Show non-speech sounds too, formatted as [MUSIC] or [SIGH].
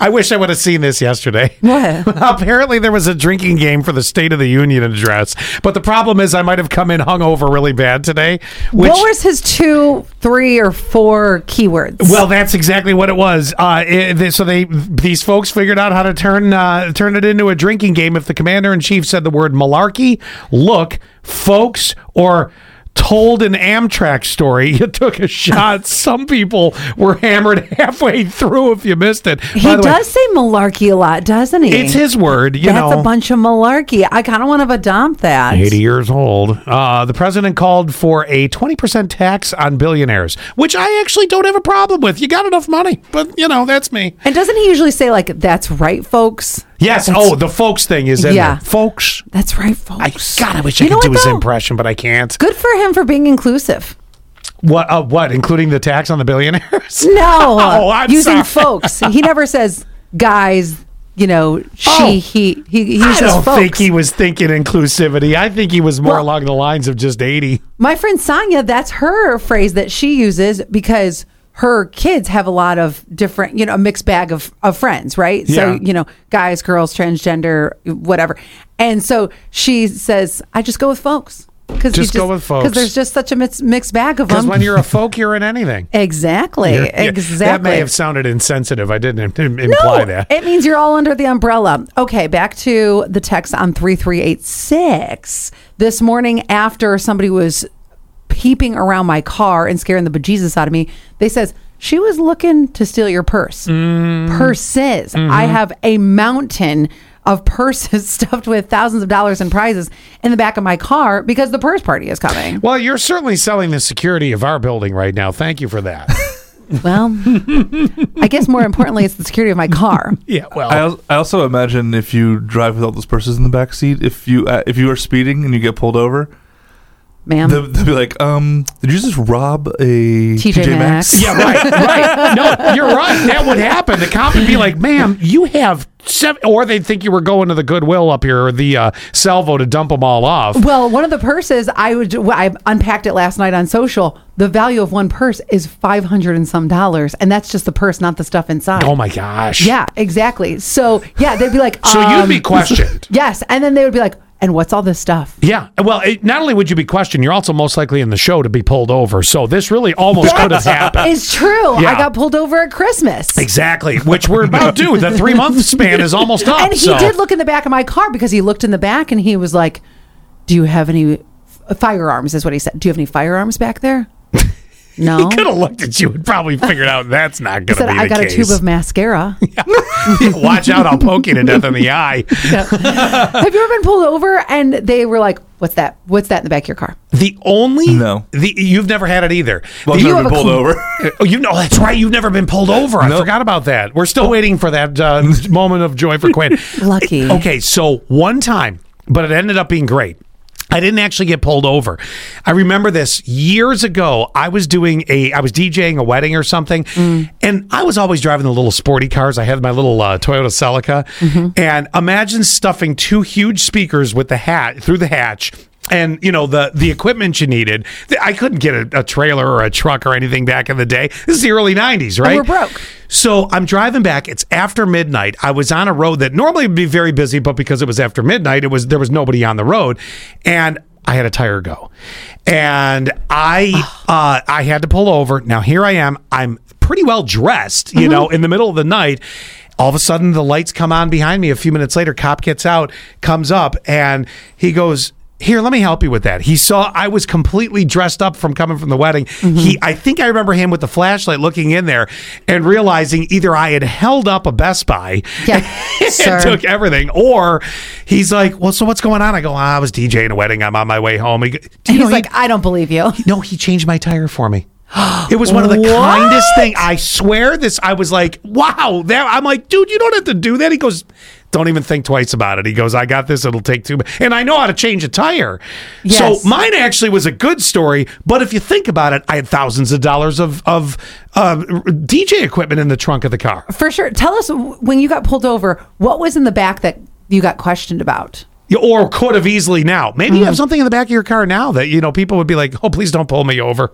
I wish I would have seen this yesterday. [LAUGHS] What? Apparently, there was a drinking game for the State of the Union address, but the problem is I might have come in hungover really bad today. Which, what was his two, three, or four keywords? well, that's exactly what it was. Uh, it, they- so they these folks figured out how to turn uh, turn it into a drinking game if the commander in chief said the word malarkey, look, folks, or told an Amtrak story. [LAUGHS] You took a shot. Some people were hammered [LAUGHS] halfway through if you missed it. he By the does way, say malarkey a lot, doesn't he? it's his word. You That's know, a bunch of malarkey. I kind of want to dump that. 80 years old. Uh, the president called for a 20% tax on billionaires, which I actually don't have a problem with. You got enough money, but you know, that's me. And doesn't he usually say like, "That's right, folks. Yes. That's- oh, the folks thing is in Yeah. there. Folks. That's right, I, folks." God, I wish You I know could do what, his though? impression, but I can't. Good for him for being inclusive. What? Uh, what? Including the tax on the billionaires? [LAUGHS] No, [LAUGHS] Oh, I'm using sorry. [LAUGHS] folks. He never says guys. You know, she, Oh. he, he. He I uses don't folks. think he was thinking inclusivity. I think he was more Well- along the lines of just 80. My friend Sonia, that's her phrase that she uses because her kids have a lot of different, you know, a mixed bag of, of friends, right? Yeah. So, you know, guys, girls, transgender, whatever. And so she says, I just go with folks. Cause Just go with folks. Because there's just such a mix, mixed bag of Because them. when you're a folk, you're in [LAUGHS] anything. exactly. You're- yeah, exactly. That may have sounded insensitive. I didn't im- imply No, that. It means you're all under the umbrella. Okay, back to the text on 3386. This morning, after somebody was peeping around my car and scaring the bejesus out of me, they says, she was looking to steal your purse. Purses. I have a mountain of [LAUGHS] purses stuffed with thousands of dollars in prizes in the back of my car because the purse party is coming. Well, you're certainly selling the security of our building right now. Thank you for [LAUGHS] that. Well, [LAUGHS] I guess more importantly, it's the security of my car. yeah, well, I, al- I also imagine if you drive with all those purses in the back seat, if you uh, if you are speeding and you get pulled over, Ma'am. they'll, they'll be like, "Um, did you just rob a TJ Maxx? yeah, right, right. No, you're right. That would happen. The cop would be like, "Ma'am, you have seven, or they'd think you were going to the Goodwill up here or the uh, Salvo to dump them all off. Well, one of the purses I would well, I unpacked it last night on social. The value of one purse is five hundred and some dollars, and that's just the purse, not the stuff inside. Oh my gosh. Yeah, exactly. So yeah, they'd be like, [LAUGHS] So you'd be um, questioned. [LAUGHS] Yes, and then they would be like, and what's all this stuff? Yeah. Well, it, not only would you be questioned, you're also most likely in the show to be pulled over. So this really almost could have [LAUGHS] happened. It's true. Yeah. I got pulled over at Christmas. Exactly, which we're about due. The three month span is almost up. And he so. did look in the back of my car because he looked in the back and he was like, "Do you have any f- firearms?" Is what he said. Do you have any firearms back [LAUGHS] there? No. Could have looked at you and probably figured out that's not going He to said, be the "I got case. a tube [LAUGHS] of mascara." Watch out, I'll poke you to death in the eye. Have you ever been pulled over and they were like, "What's that? What's that in the back of your [LAUGHS] car?" The only No. the, you've never had it either. Well, The- I've You never have been a pulled cl- [LAUGHS] over. oh, you know that's right. You've never been pulled over. I No. Oh. forgot about that. We're still waiting for that [LAUGHS] uh, moment of joy for Quinn. Lucky. Okay, so one time, but it ended up being great. I didn't actually get pulled over. I remember this years ago. I was doing a, I was DJing a wedding or something, Mm. and I was always driving the little sporty cars. I had my little uh, Toyota Celica, Mm-hmm. and imagine stuffing two huge speakers with the hat through the hatch. And you know the the equipment you needed. I couldn't get a, a trailer or a truck or anything back in the day. This is the early '90s, right? we're broke. So I'm driving back. It's after midnight. I was on a road that normally would be very busy, but because it was after midnight, it was there was nobody on the road, and I had a tire go, and I uh, I had to pull over. Now here I am. I'm pretty well dressed, you know, in the middle of the night. All of a sudden, the lights come on behind me. A few minutes later, cop gets out, comes up, and he goes. Here, let me help you with that. He saw I was completely dressed up from coming from the wedding. Mm-hmm. He I think I remember him with the flashlight looking in there and realizing either I had held up a Best Buy Yeah, [LAUGHS] and sir. took everything or he's like, "Well, so what's going on?" I go, "Ah, "I was DJing a wedding. I'm on my way home." He go, Do you He's know, he- like, "I don't believe you." no, he changed my tire for me. It was one of the kindest thing. I swear this. I was like, wow. That I'm like, dude, you don't have to do that. He goes, don't even think twice about it. He goes, I got this. It'll take two. mi-" And I know how to change a tire. Yes. So mine actually was a good story. But if you think about it, I had thousands of dollars of of uh, DJ equipment in the trunk of the car. For sure. Tell us when you got pulled over, what was in the back that you got questioned about? You- or could have easily now. Maybe you have something in the back of your car now that you know people would be like, "Oh, please don't pull me over."